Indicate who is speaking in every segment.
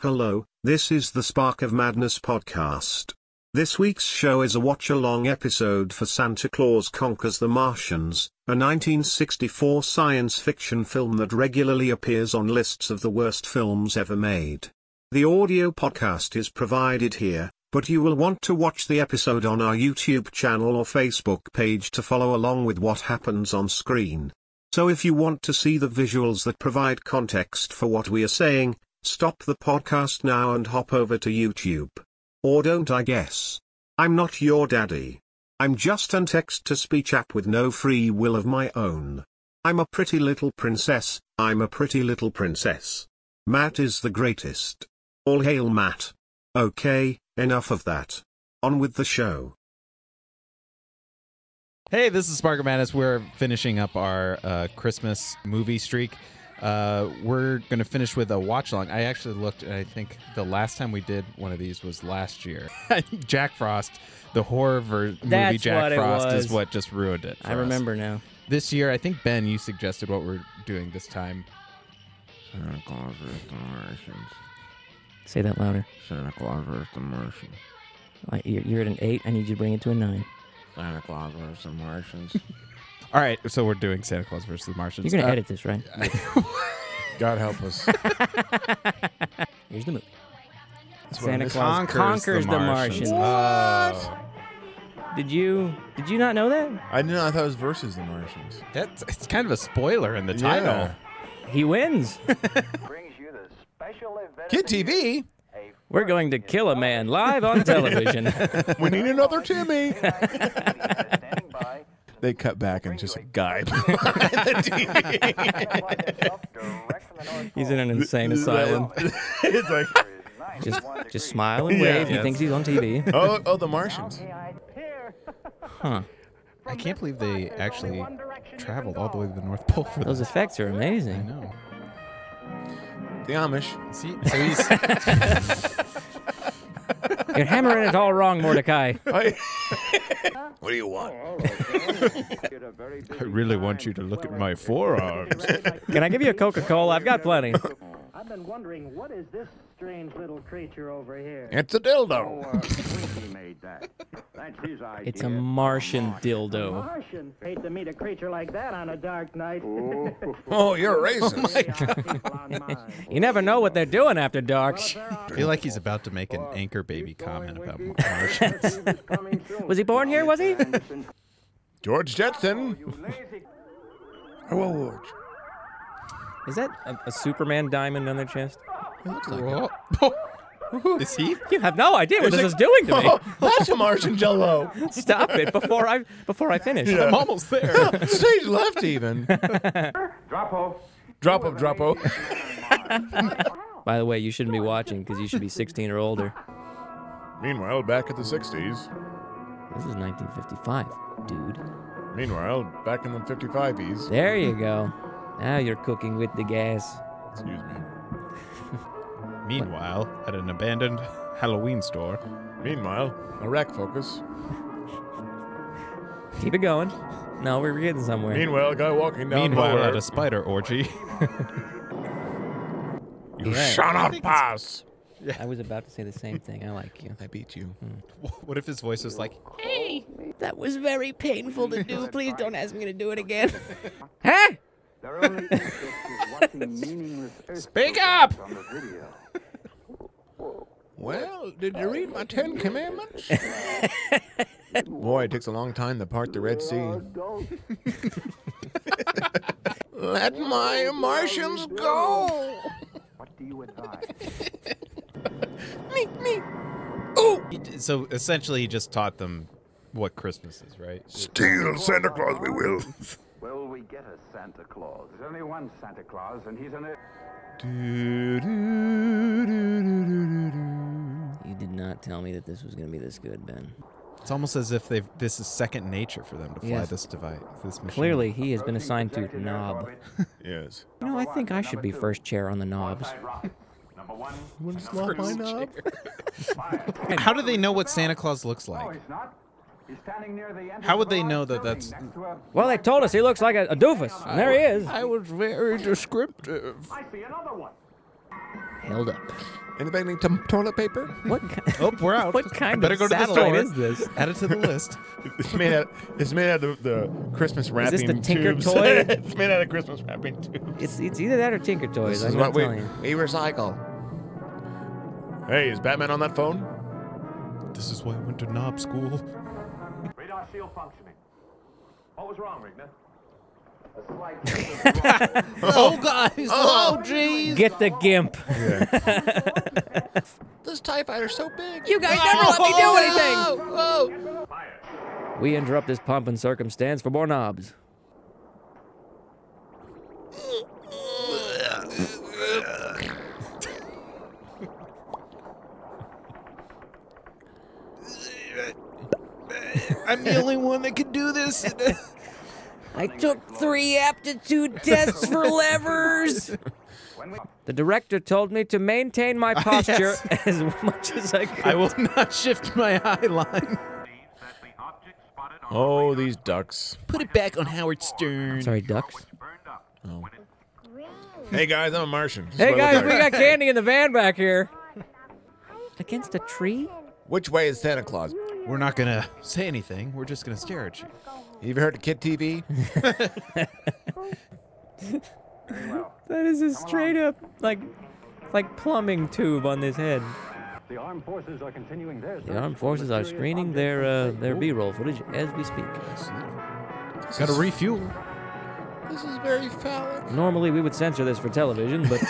Speaker 1: Hello, this is the Spark of Madness podcast. This week's show is a watch along episode for Santa Claus Conquers the Martians, a 1964 science fiction film that regularly appears on lists of the worst films ever made. The audio podcast is provided here, but you will want to watch the episode on our YouTube channel or Facebook page to follow along with what happens on screen. So if you want to see the visuals that provide context for what we are saying, stop the podcast now and hop over to YouTube. Or don't I guess? I'm not your daddy. I'm just an text to speech app with no free will of my own. I'm a pretty little princess, I'm a pretty little princess. Matt is the greatest. All hail Matt. Okay, enough of that. On with the show.
Speaker 2: Hey, this is Sparker Madness. We're finishing up our uh, Christmas movie streak. Uh, we're going to finish with a watch along. I actually looked, and I think the last time we did one of these was last year. Jack Frost, the horror ver- movie
Speaker 3: That's
Speaker 2: Jack
Speaker 3: what it
Speaker 2: Frost,
Speaker 3: was.
Speaker 2: is what just ruined it.
Speaker 3: I
Speaker 2: for us.
Speaker 3: remember now.
Speaker 2: This year, I think, Ben, you suggested what we're doing this time.
Speaker 4: Santa Claus versus the Martians.
Speaker 3: Say that louder.
Speaker 4: Santa Claus versus the Martians.
Speaker 3: I- You're you're at an eight. I need you to bring it to a nine.
Speaker 4: Santa Claus versus the Martians.
Speaker 2: All right, so we're doing Santa Claus versus the Martians.
Speaker 3: You're gonna
Speaker 2: Uh,
Speaker 3: edit this, right?
Speaker 5: God help us.
Speaker 3: Here's the movie.
Speaker 5: what
Speaker 3: Santa
Speaker 5: it is.
Speaker 3: Claus conquers, the Martians.
Speaker 2: Uh,
Speaker 5: Oh.
Speaker 3: Did you did you not know that?
Speaker 5: I didn't know. I thought it was versus the Martians.
Speaker 2: That's it's kind of a spoiler in the
Speaker 5: Yeah.
Speaker 2: title.
Speaker 3: He wins.
Speaker 6: brings you the special event.
Speaker 2: Kid TV.
Speaker 3: We're going to kill a man live on television.
Speaker 5: we need another Timmy.
Speaker 6: Standing by
Speaker 5: they cut back and just a guy.
Speaker 6: direct from the North
Speaker 3: he's in an insane asylum.
Speaker 5: it's like,
Speaker 3: Just just smile and
Speaker 5: Yeah.
Speaker 3: wave. He
Speaker 5: Yes.
Speaker 3: thinks he's on TV.
Speaker 5: oh, oh, the Martians.
Speaker 2: I can't believe they actually traveled all the way to the North Pole for
Speaker 3: Those
Speaker 2: this.
Speaker 3: effects are
Speaker 2: I
Speaker 3: amazing.
Speaker 2: know.
Speaker 5: The Amish.
Speaker 2: See, so he's-
Speaker 3: You're hammering it all wrong, Mordecai.
Speaker 5: I,
Speaker 2: I really want you to look at my forearms.
Speaker 3: Can I give you a Coca-Cola? I've got plenty.
Speaker 7: I've been wondering what is this strange little creature over here?
Speaker 5: it's a dildo.
Speaker 3: It's a Martian dildo.
Speaker 7: Martian. Hate to meet a creature like that on a dark night.
Speaker 5: Oh, you're racist.
Speaker 3: You never know what they're doing after dark.
Speaker 2: I feel like he's about to make an anchor baby comment about Martians.
Speaker 3: Was he born here? Was he?
Speaker 5: George Jetson. Oh, I will watch.
Speaker 3: Is that a, a Superman diamond on their chest?
Speaker 2: Is he?
Speaker 3: You have no idea what this is doing to me.
Speaker 5: that's a Martian jello.
Speaker 3: Stop it before I before I finish.
Speaker 2: I'm almost there.
Speaker 5: Stage left, even. Drop off. Drop off, drop
Speaker 3: By the way, you shouldn't be watching because you should be 16 or older.
Speaker 5: Meanwhile, back at the 60s.
Speaker 3: This is 1955, dude.
Speaker 5: Meanwhile, back in the 55s.
Speaker 3: There you go. Now you're cooking with the gas.
Speaker 5: Excuse me.
Speaker 2: Meanwhile, at an abandoned Halloween store.
Speaker 5: Meanwhile, Iraq focus.
Speaker 3: Keep it going. No, we're getting somewhere.
Speaker 5: Meanwhile, a guy walking down
Speaker 2: Meanwhile,
Speaker 5: Mueller.
Speaker 2: at a spider orgy.
Speaker 5: You
Speaker 3: Yeah.
Speaker 5: shall not pass.
Speaker 3: I was about to say the same thing. I like you.
Speaker 5: I beat you.
Speaker 2: What if his voice was like,
Speaker 8: That was very painful to do. Please don't ask me to do it again.
Speaker 3: Huh?
Speaker 2: Speak up!
Speaker 5: Well, did you read my Ten Commandments? Boy, it takes a long time to part the Red Sea. Let my Martians go.
Speaker 2: So essentially, he just taught them what Christmas is, right?
Speaker 5: Steal Santa Claus, we will.
Speaker 6: Will we get a Santa Claus? There's only one Santa Claus, and he's an.
Speaker 3: You did not tell me that this was gonna be this good, Ben.
Speaker 2: It's almost as if they've this is second nature for them to fly
Speaker 3: Yes.
Speaker 2: this device, this machine.
Speaker 3: Clearly, he has been assigned to knob.
Speaker 5: Yes.
Speaker 3: You know, I think I should be first chair on the knobs.
Speaker 6: Number one.
Speaker 2: How do they know what Santa Claus looks like?
Speaker 6: He's not. He's standing near the end.
Speaker 2: How would they know that that's?
Speaker 3: Well, they told us he looks like a, a doofus. And there he is.
Speaker 5: I was very descriptive.
Speaker 6: I see another one.
Speaker 3: held up.
Speaker 5: Anybody need some toilet paper?
Speaker 3: What kind?
Speaker 2: Oh, we're out.
Speaker 3: What kind
Speaker 2: Better
Speaker 3: of
Speaker 2: go to the
Speaker 3: satellite
Speaker 2: store.
Speaker 3: is this?
Speaker 2: Add it to the list.
Speaker 5: It's made out. It's made out of the Christmas
Speaker 3: Is
Speaker 5: wrapping
Speaker 3: this the Tinker
Speaker 5: tubes.
Speaker 3: toy?
Speaker 5: it's made out of Christmas wrapping tubes.
Speaker 3: It's, it's either that or Tinker Toys.
Speaker 5: This is
Speaker 3: I'm
Speaker 5: what
Speaker 3: not
Speaker 5: we,
Speaker 3: telling you.
Speaker 5: we recycle. Hey, is Batman on that phone?
Speaker 2: This is why I went to knob school.
Speaker 6: Radar shield functioning. What was wrong, Rigner?
Speaker 2: Oh, God. Oh, jeez.
Speaker 3: Get the gimp.
Speaker 5: This TIE fighter's so big.
Speaker 8: You guys never let me do anything.
Speaker 3: We interrupt this pomp and circumstance for more knobs.
Speaker 2: I'm the only one that can do this.
Speaker 8: I took three aptitude tests for levers.
Speaker 3: The director told me to maintain my posture as much as I could.
Speaker 2: I will not shift my eye line.
Speaker 5: Oh, these ducks.
Speaker 2: Put it back on Howard Stern.
Speaker 3: Sorry, ducks.
Speaker 5: Hey guys, I'm a Martian. This is
Speaker 3: Hey
Speaker 5: what I
Speaker 3: guys,
Speaker 5: look
Speaker 3: we
Speaker 5: like.
Speaker 3: got candy in the van back here. Against a tree?
Speaker 5: Which way is Santa Claus?
Speaker 2: We're not going to say anything. We're just going to stare at you.
Speaker 5: You ever heard of Kid TV?
Speaker 3: That is a straight up like like plumbing tube on his head.
Speaker 6: The armed forces are continuing their
Speaker 3: The armed forces are screening their uh, their B-roll footage as we speak.
Speaker 2: Got to refuel.
Speaker 5: this is very phallic.
Speaker 3: Normally we would censor this for television, but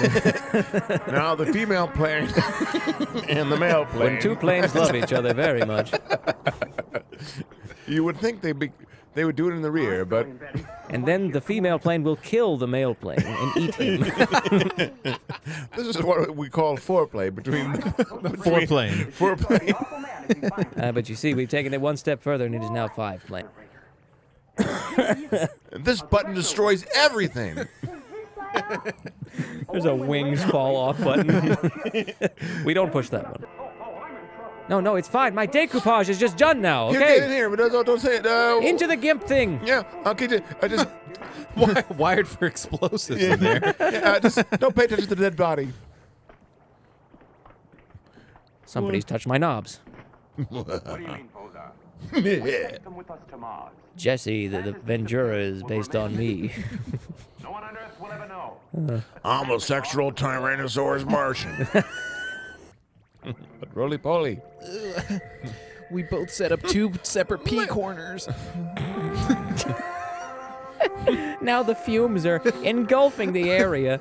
Speaker 3: uh,
Speaker 5: Now the female plane and the male plane.
Speaker 3: when two planes love each other very much,
Speaker 5: you would think they'd be, they would do it in the rear, but
Speaker 3: and then the female plane will kill the male plane and eat him.
Speaker 5: this is what we call foreplay between between-
Speaker 2: Foreplane.
Speaker 5: Foreplay.
Speaker 3: Uh, but you see, we've taken it one step further, and it is now five plane.
Speaker 5: This button destroys everything.
Speaker 3: There's a wings fall off button. we don't push that one.
Speaker 6: Oh,
Speaker 3: No, no, it's fine. My decoupage is just done now.
Speaker 5: You get in
Speaker 3: Okay,
Speaker 5: here, but don't, don't say it. Uh,
Speaker 3: into the gimp thing.
Speaker 5: yeah, okay. ju- I just,
Speaker 2: Wi- Wired for explosives in there.
Speaker 5: yeah, I just don't pay attention to the dead body.
Speaker 3: Somebody's touched my knobs.
Speaker 2: Uh-huh.
Speaker 6: What do you mean, Volgar? Come with us to Mars.
Speaker 3: Jesse, the, the Ventura is based on me.
Speaker 6: No one on Earth will ever know.
Speaker 5: I'm a sexual Tyrannosaurus Martian. Roly poly.
Speaker 2: We both set up two separate P corners.
Speaker 3: now the fumes are engulfing the area.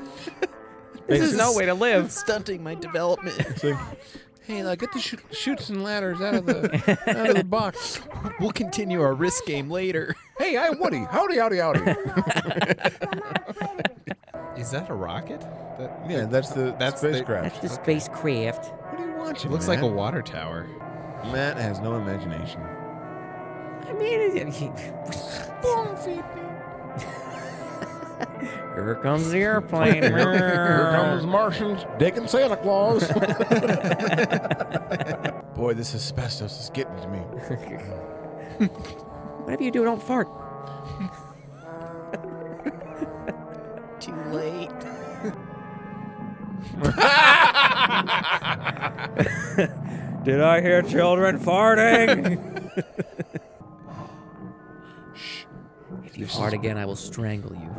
Speaker 3: This is no way to live.
Speaker 2: Stunting my development.
Speaker 5: Hey, now get the shoot, shoots and ladders out of the out of the box.
Speaker 2: We'll continue our risk game later.
Speaker 5: Hey, I'm Woody. Howdy, howdy, howdy.
Speaker 2: Is that a rocket? That
Speaker 5: yeah, that's the
Speaker 2: That's the-
Speaker 5: spacecraft.
Speaker 8: That's the spacecraft.
Speaker 5: what are you watching?
Speaker 2: looks like a water tower.
Speaker 5: a Matt has no imagination.
Speaker 8: I mean, it-
Speaker 3: Here comes the airplane.
Speaker 5: Here comes Martians digging Santa Claus. Boy, this asbestos is getting to me.
Speaker 3: Whatever you do, don't fart.
Speaker 2: Too late.
Speaker 3: Did I hear children farting? if you fart again, I will strangle you.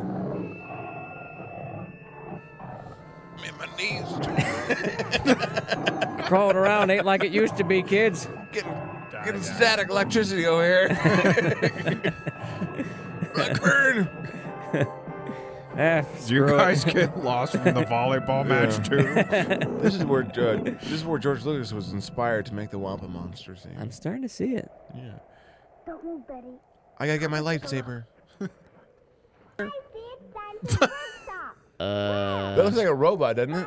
Speaker 5: I'm in my knees
Speaker 3: Crawling around ain't like it used to be, kids.
Speaker 5: getting, getting static electricity over here. Black burn.
Speaker 3: Ah,
Speaker 2: You
Speaker 3: screw it.
Speaker 2: guys get lost from the volleyball match too.
Speaker 5: This is where uh, this is where George Lucas was inspired to make the Wampa monster scene.
Speaker 3: I'm starting to see it.
Speaker 5: Yeah. I gotta get my lightsaber.
Speaker 3: Uh,
Speaker 5: That looks like a robot, doesn't it?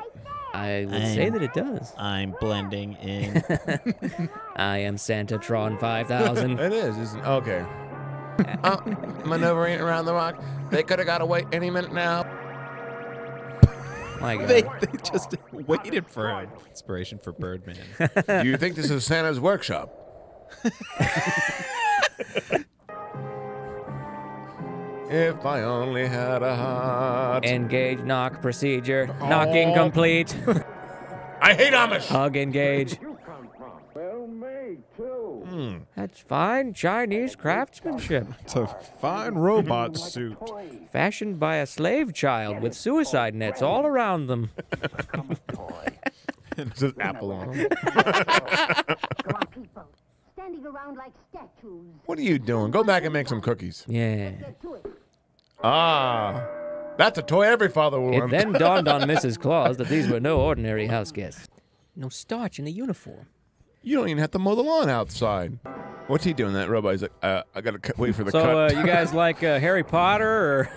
Speaker 3: I would say that it does.
Speaker 9: I'm blending in.
Speaker 3: I am Santatron 5000.
Speaker 5: It is, isn't it? Okay. oh, maneuvering around the rock. They could have got away any minute now.
Speaker 3: My God.
Speaker 2: they, they just waited for him. Inspiration for Birdman.
Speaker 5: Do you think this is Santa's workshop? if I only had a heart.
Speaker 3: Oh. Engage knock procedure. Knocking complete.
Speaker 5: I hate Amish.
Speaker 3: Hug, engage.
Speaker 6: Well, me too.
Speaker 3: That's fine Chinese craftsmanship,
Speaker 2: It's a fine robot suit.
Speaker 3: fashioned by a slave child with suicide nets all around them.
Speaker 5: It's an apple on.
Speaker 10: people standing around like statues.
Speaker 5: What are you doing? Go back and make some cookies.
Speaker 3: Yeah.
Speaker 10: Get to it.
Speaker 5: Ah, that's a toy every father will
Speaker 3: It
Speaker 5: want.
Speaker 3: then dawned on Mrs. Claus that these were no ordinary house guests. No starch in the uniform.
Speaker 5: you don't even have to mow the lawn outside. What's he doing? That robot. He's like, uh, I gotta cut, wait for the
Speaker 3: So, uh,
Speaker 5: cut.
Speaker 3: you guys like uh, Harry Potter or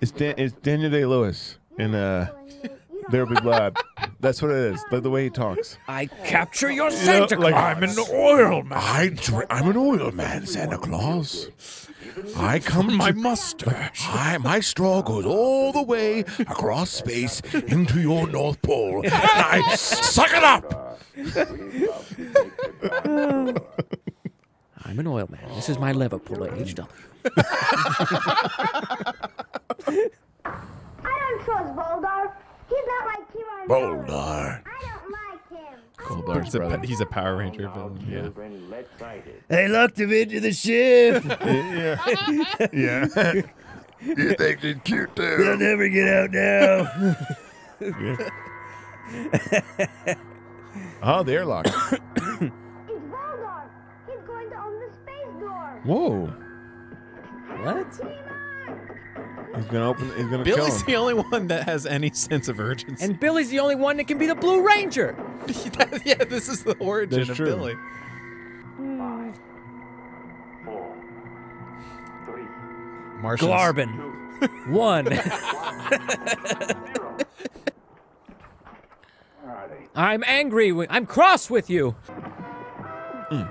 Speaker 5: It's, Dan- it's Daniel Day Lewis in uh, There Will Be Blood. That's what it is. Like the way he talks.
Speaker 3: I capture your Santa Claus?
Speaker 5: oil man. I dr- I'm an oil man, Santa Claus. I come my mustache. I, my straw goes all the way across space into your North Pole, and I suck it up.
Speaker 3: I'm an oil man. This is my Liverpool at HW.
Speaker 10: I don't trust Voldar. He's not like Kieran.
Speaker 5: Boldar.
Speaker 10: I don't like him.
Speaker 2: He's a, he's a Power Ranger villain. Yeah.
Speaker 9: They locked him into the ship.
Speaker 5: Yeah. you think it's cute
Speaker 9: They'll
Speaker 5: too?
Speaker 9: never get out now.
Speaker 5: Oh, the airlock.
Speaker 10: It's Voldar. He's going to open the space door.
Speaker 5: Whoa.
Speaker 3: What?
Speaker 5: He's gonna open. He's gonna kill
Speaker 2: Billy's
Speaker 5: him.
Speaker 2: the only one that has any sense of urgency.
Speaker 3: And Billy's the only one that can be the Blue Ranger.
Speaker 2: yeah, this is the origin
Speaker 5: That's
Speaker 2: of
Speaker 5: true.
Speaker 2: Billy. Martians.
Speaker 3: Glarvin. One. I'm angry. With, I'm cross with you. Ow.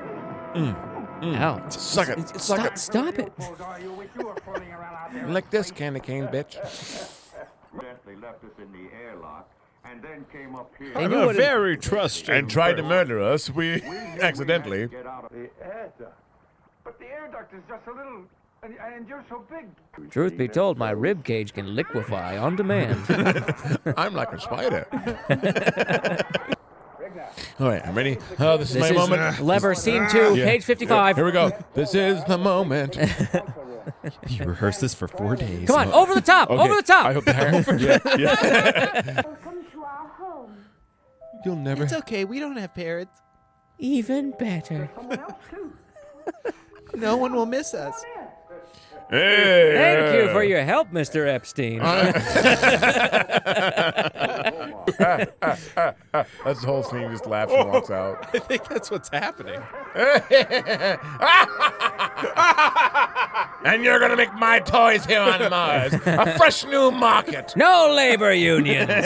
Speaker 5: Mm. Suck it.
Speaker 3: It's- it's- Stop, stop it.
Speaker 6: Bullseye, you wish you were floating around out there.
Speaker 5: Lick this candy cane, bitch.
Speaker 6: They left us in the airlock and then came up here.
Speaker 3: They knew what it-
Speaker 2: trusting.
Speaker 5: And tried to murder us. We accidentally.
Speaker 6: Get out of the air duct. But the air duct is just a little, and, and you're so big.
Speaker 3: Truth be told, my rib cage can liquefy on demand.
Speaker 5: I'm like a spider. All right, I'm ready. Oh, this is
Speaker 3: This
Speaker 5: my
Speaker 3: is
Speaker 5: moment.
Speaker 3: lever scene two,
Speaker 5: Yeah.
Speaker 3: page 55.
Speaker 5: Here we go. This is the moment.
Speaker 2: You rehearsed this for four days.
Speaker 3: Come on, over the top, over the top.
Speaker 5: I hope the hair. yeah, yeah.
Speaker 10: Welcome to our home.
Speaker 5: You'll never.
Speaker 9: okay. We don't have parrots.
Speaker 8: Even better.
Speaker 9: No one will miss us.
Speaker 5: Hey,
Speaker 3: Thank you for your help, Mr. Epstein.
Speaker 5: That's the whole scene. Just laughs and walks out.
Speaker 2: I think that's what's happening.
Speaker 5: and you're gonna make my toys here on Mars a fresh new market.
Speaker 3: no labor unions.
Speaker 5: You're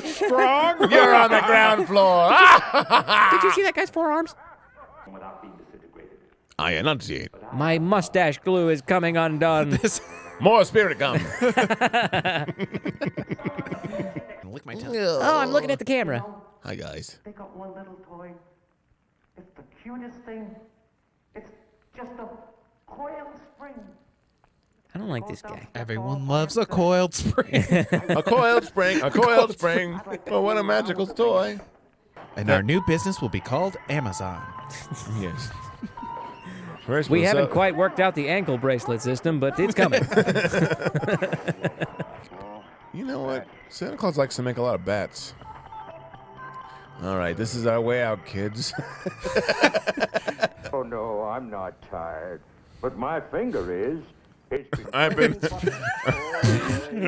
Speaker 5: strong. You're on the ground floor.
Speaker 3: Did you see that guy's forearms?
Speaker 5: I enunciate.
Speaker 3: My mustache glue is coming undone.
Speaker 5: More spirit gum.
Speaker 2: Lick my tongue.
Speaker 3: oh, I'm looking at the camera.
Speaker 5: Hi guys.
Speaker 11: They got one little toy. It's the cutest thing. It's just a coil spring.
Speaker 3: I don't like this guy.
Speaker 2: Everyone loves a coiled spring.
Speaker 5: A coiled spring. A coiled spring. Oh, what a magical toy.
Speaker 2: and our new business will be called Amazon.
Speaker 5: Yes. First
Speaker 3: We
Speaker 5: was,
Speaker 3: haven't
Speaker 5: uh,
Speaker 3: quite worked out the ankle bracelet system, but it's coming.
Speaker 5: You know what? Santa Claus likes to make a lot of bets. All right, this is our way out, kids.
Speaker 6: Oh no, I'm not tired, but my finger is. It's been
Speaker 5: I've been.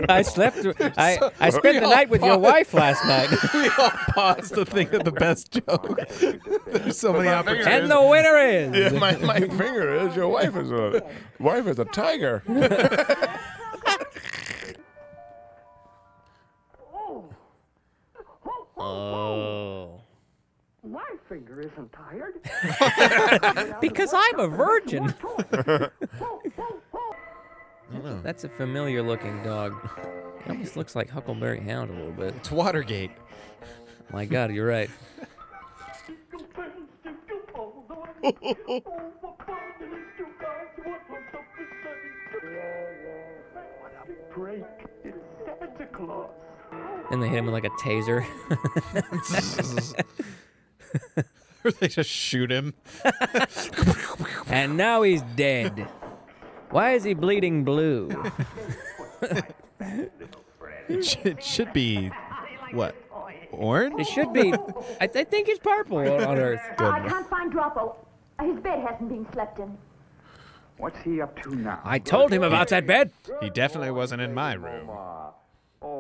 Speaker 3: I slept. I, I spent the
Speaker 5: Oh,
Speaker 3: night with your wife last night,
Speaker 2: We all pause to think of the best joke. There's so many opportunities.
Speaker 3: and the winner is.
Speaker 5: Yeah, my, my finger is your wife is a wife is a tiger.
Speaker 3: Uh. Oh.
Speaker 11: My finger isn't tired.
Speaker 3: Because I'm a virgin.
Speaker 11: Oh.
Speaker 3: That's a familiar looking dog. It almost looks like Huckleberry Hound a little bit.
Speaker 2: It's Watergate.
Speaker 3: My God, you're right.
Speaker 11: Oh, break. It's Santa Claus.
Speaker 3: And they hit him with like a taser.
Speaker 2: or they just shoot him.
Speaker 3: and now he's dead. Why is he bleeding blue?
Speaker 2: It should, it should be what? Orange?
Speaker 3: It should be. I, th- I think it's purple on, on Earth.
Speaker 10: I can't find Droppo. His bed hasn't been slept in.
Speaker 6: What's he up to now?
Speaker 3: I told him about that bed.
Speaker 2: He definitely wasn't in my
Speaker 12: Oh,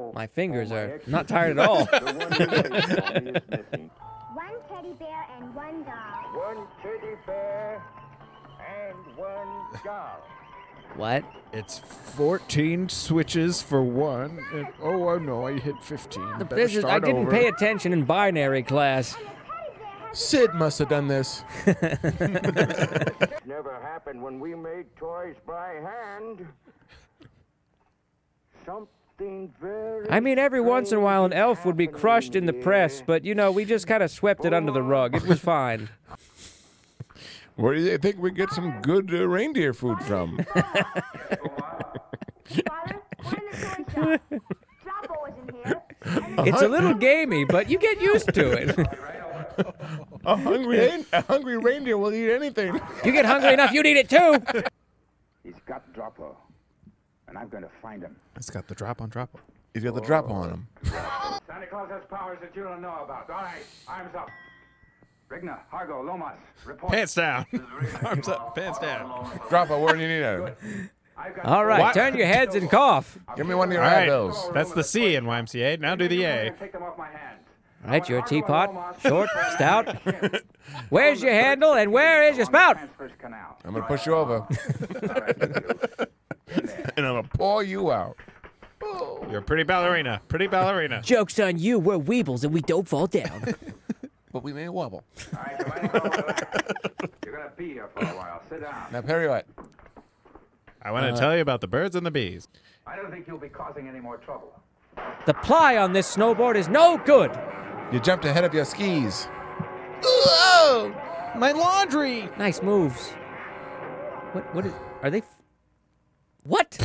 Speaker 2: room.
Speaker 3: My fingers are not tired at all.
Speaker 10: One teddy bear and one doll.
Speaker 12: One teddy bear and one doll.
Speaker 3: what?
Speaker 2: It's 14 switches for one. and- oh, I know, I hit 15. Better
Speaker 3: This is. I
Speaker 2: start
Speaker 3: didn't
Speaker 2: over.
Speaker 3: pay attention in binary class.
Speaker 5: Sid must have done this.
Speaker 12: It never happened when we made toys by hand. Something very.
Speaker 3: I mean, every once in a while, an elf would be crushed in the press, but you know, we just kind of swept it under the rug. It was fine.
Speaker 5: Where do you think we get some good uh, reindeer food from?
Speaker 10: Father, we're in the toy shop. Droppo isn't here.
Speaker 3: It's a little gamey, but you get used to it.
Speaker 5: a hungry rein- a hungry reindeer will eat anything.
Speaker 3: You get hungry enough, you need it too.
Speaker 6: He's got Droppo, and I'm going to find him.
Speaker 2: It's got the drop on drop.
Speaker 5: He's got the drop on him.
Speaker 6: Santa Claus has powers that you don't know about. All right, arms up. Rigna, Hargo, Lomas, report.
Speaker 2: Pants down. Arms up, pants down.
Speaker 5: Droppo, where do you need it?
Speaker 3: All right,
Speaker 2: What?
Speaker 3: turn your heads and cough.
Speaker 5: Give me one of
Speaker 2: All
Speaker 5: your
Speaker 2: right,
Speaker 5: eyebrows.
Speaker 2: that's the C in YMCA. Now do the A.
Speaker 6: Take them off my hands.
Speaker 3: All right, you're a teapot, short, stout. Where's your handle and where is your spout?
Speaker 6: Transfers canal.
Speaker 5: I'm gonna push you over. and I'm gonna pour you out.
Speaker 2: You're a pretty ballerina. Pretty ballerina.
Speaker 3: Joke's on you, we're weebles and we don't fall down.
Speaker 5: But we may wobble.
Speaker 6: All right, Giovanni, relax. You're going to be here for a while. Sit down.
Speaker 5: Now, Perriot.
Speaker 2: I want to tell you about the birds and the bees.
Speaker 6: I don't think you'll be causing any more trouble.
Speaker 3: The ply on this snowboard is no good.
Speaker 5: You jumped ahead of your skis.
Speaker 9: Whoa! My laundry!
Speaker 3: Nice moves. What? What is? Are they? F- what?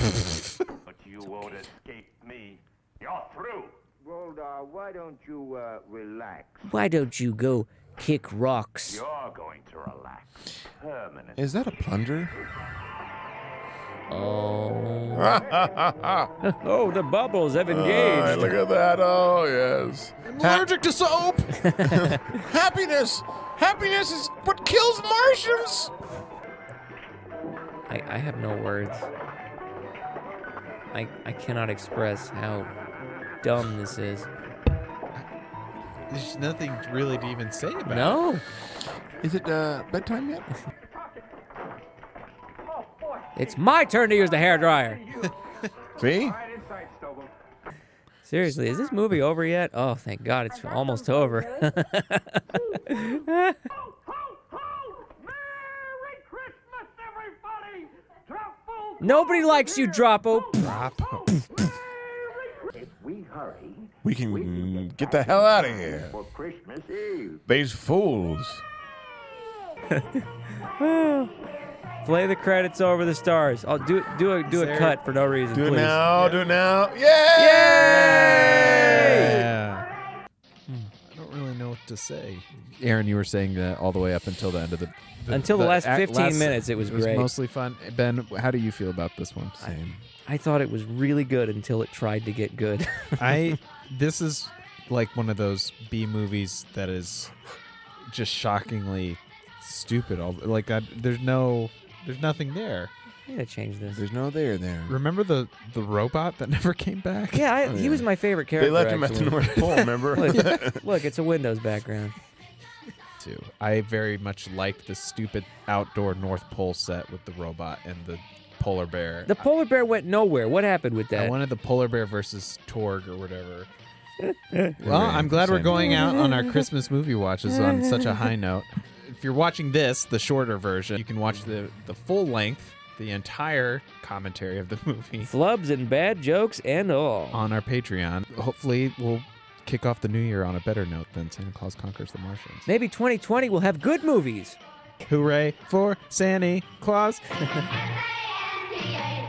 Speaker 12: But you won't escape me. You're through. Roldar, why don't you uh, relax?
Speaker 3: Why don't you go kick rocks?
Speaker 12: You're going to relax permanently.
Speaker 5: Is that a plunger?
Speaker 3: Oh.
Speaker 5: oh,
Speaker 3: Oh, the bubbles
Speaker 5: Uh,
Speaker 3: have engaged.
Speaker 5: look at that. Oh, yes.
Speaker 9: I'm allergic to soap!
Speaker 5: Happiness! Happiness is what kills Martians!
Speaker 3: I, I have no words. I I cannot express how dumb this is.
Speaker 2: There's nothing really to even say about
Speaker 3: No,
Speaker 5: Is it uh, bedtime yet?
Speaker 11: Oh,
Speaker 3: it's my turn to use the hairdryer.
Speaker 5: See?
Speaker 6: Right inside, Stobel.
Speaker 3: Seriously, is this movie over yet? Oh, thank God, it's almost over.
Speaker 11: Merry Christmas, everybody! Truffle!
Speaker 3: Nobody likes you, Droppo.
Speaker 12: If we hurry
Speaker 5: We can get the hell out of here.
Speaker 12: for Christmas Eve.
Speaker 5: These fools.
Speaker 3: Play the credits over the stars. I'll do do a do a
Speaker 2: Sarah,
Speaker 3: cut for no reason,
Speaker 5: Do it
Speaker 3: please.
Speaker 5: now, do it now. Yay!
Speaker 2: Yeah. I don't really know what to say. Aaron, you were saying that all the way up until the end of the.
Speaker 3: Until the last
Speaker 2: act-
Speaker 3: 15 minutes, it was great.
Speaker 2: mostly fun. Ben, how do you feel about this one? Same.
Speaker 3: I thought it was really good until it tried to get good.
Speaker 2: I. This is like one of those B movies that is just shockingly stupid. All like I, there's no, there's nothing there.
Speaker 3: I gotta change this.
Speaker 5: There's no there there.
Speaker 2: Remember the the robot that never came back?
Speaker 3: Yeah, I, he was my favorite character.
Speaker 5: They left him at the
Speaker 3: actually.
Speaker 5: North Pole, remember?
Speaker 3: Look, look, it's a Windows background.
Speaker 2: too. I very much liked the stupid outdoor North Pole set with the robot and the polar bear.
Speaker 3: The polar bear went nowhere. What happened with
Speaker 2: I
Speaker 3: that?
Speaker 2: wanted the polar bear versus Torg or whatever. well, I'm glad we're going out on our Christmas movie watches on such a high note. If you're watching this, the shorter version, you can watch the the full length, the entire commentary of the movie
Speaker 3: Flubs and bad jokes and all.
Speaker 2: on our Patreon. Hopefully, we'll kick off the new year on a better note than Santa Claus Conquers the Martians.
Speaker 3: Maybe 2020 will have good movies.
Speaker 2: Hooray for Santa Claus!
Speaker 10: Hooray!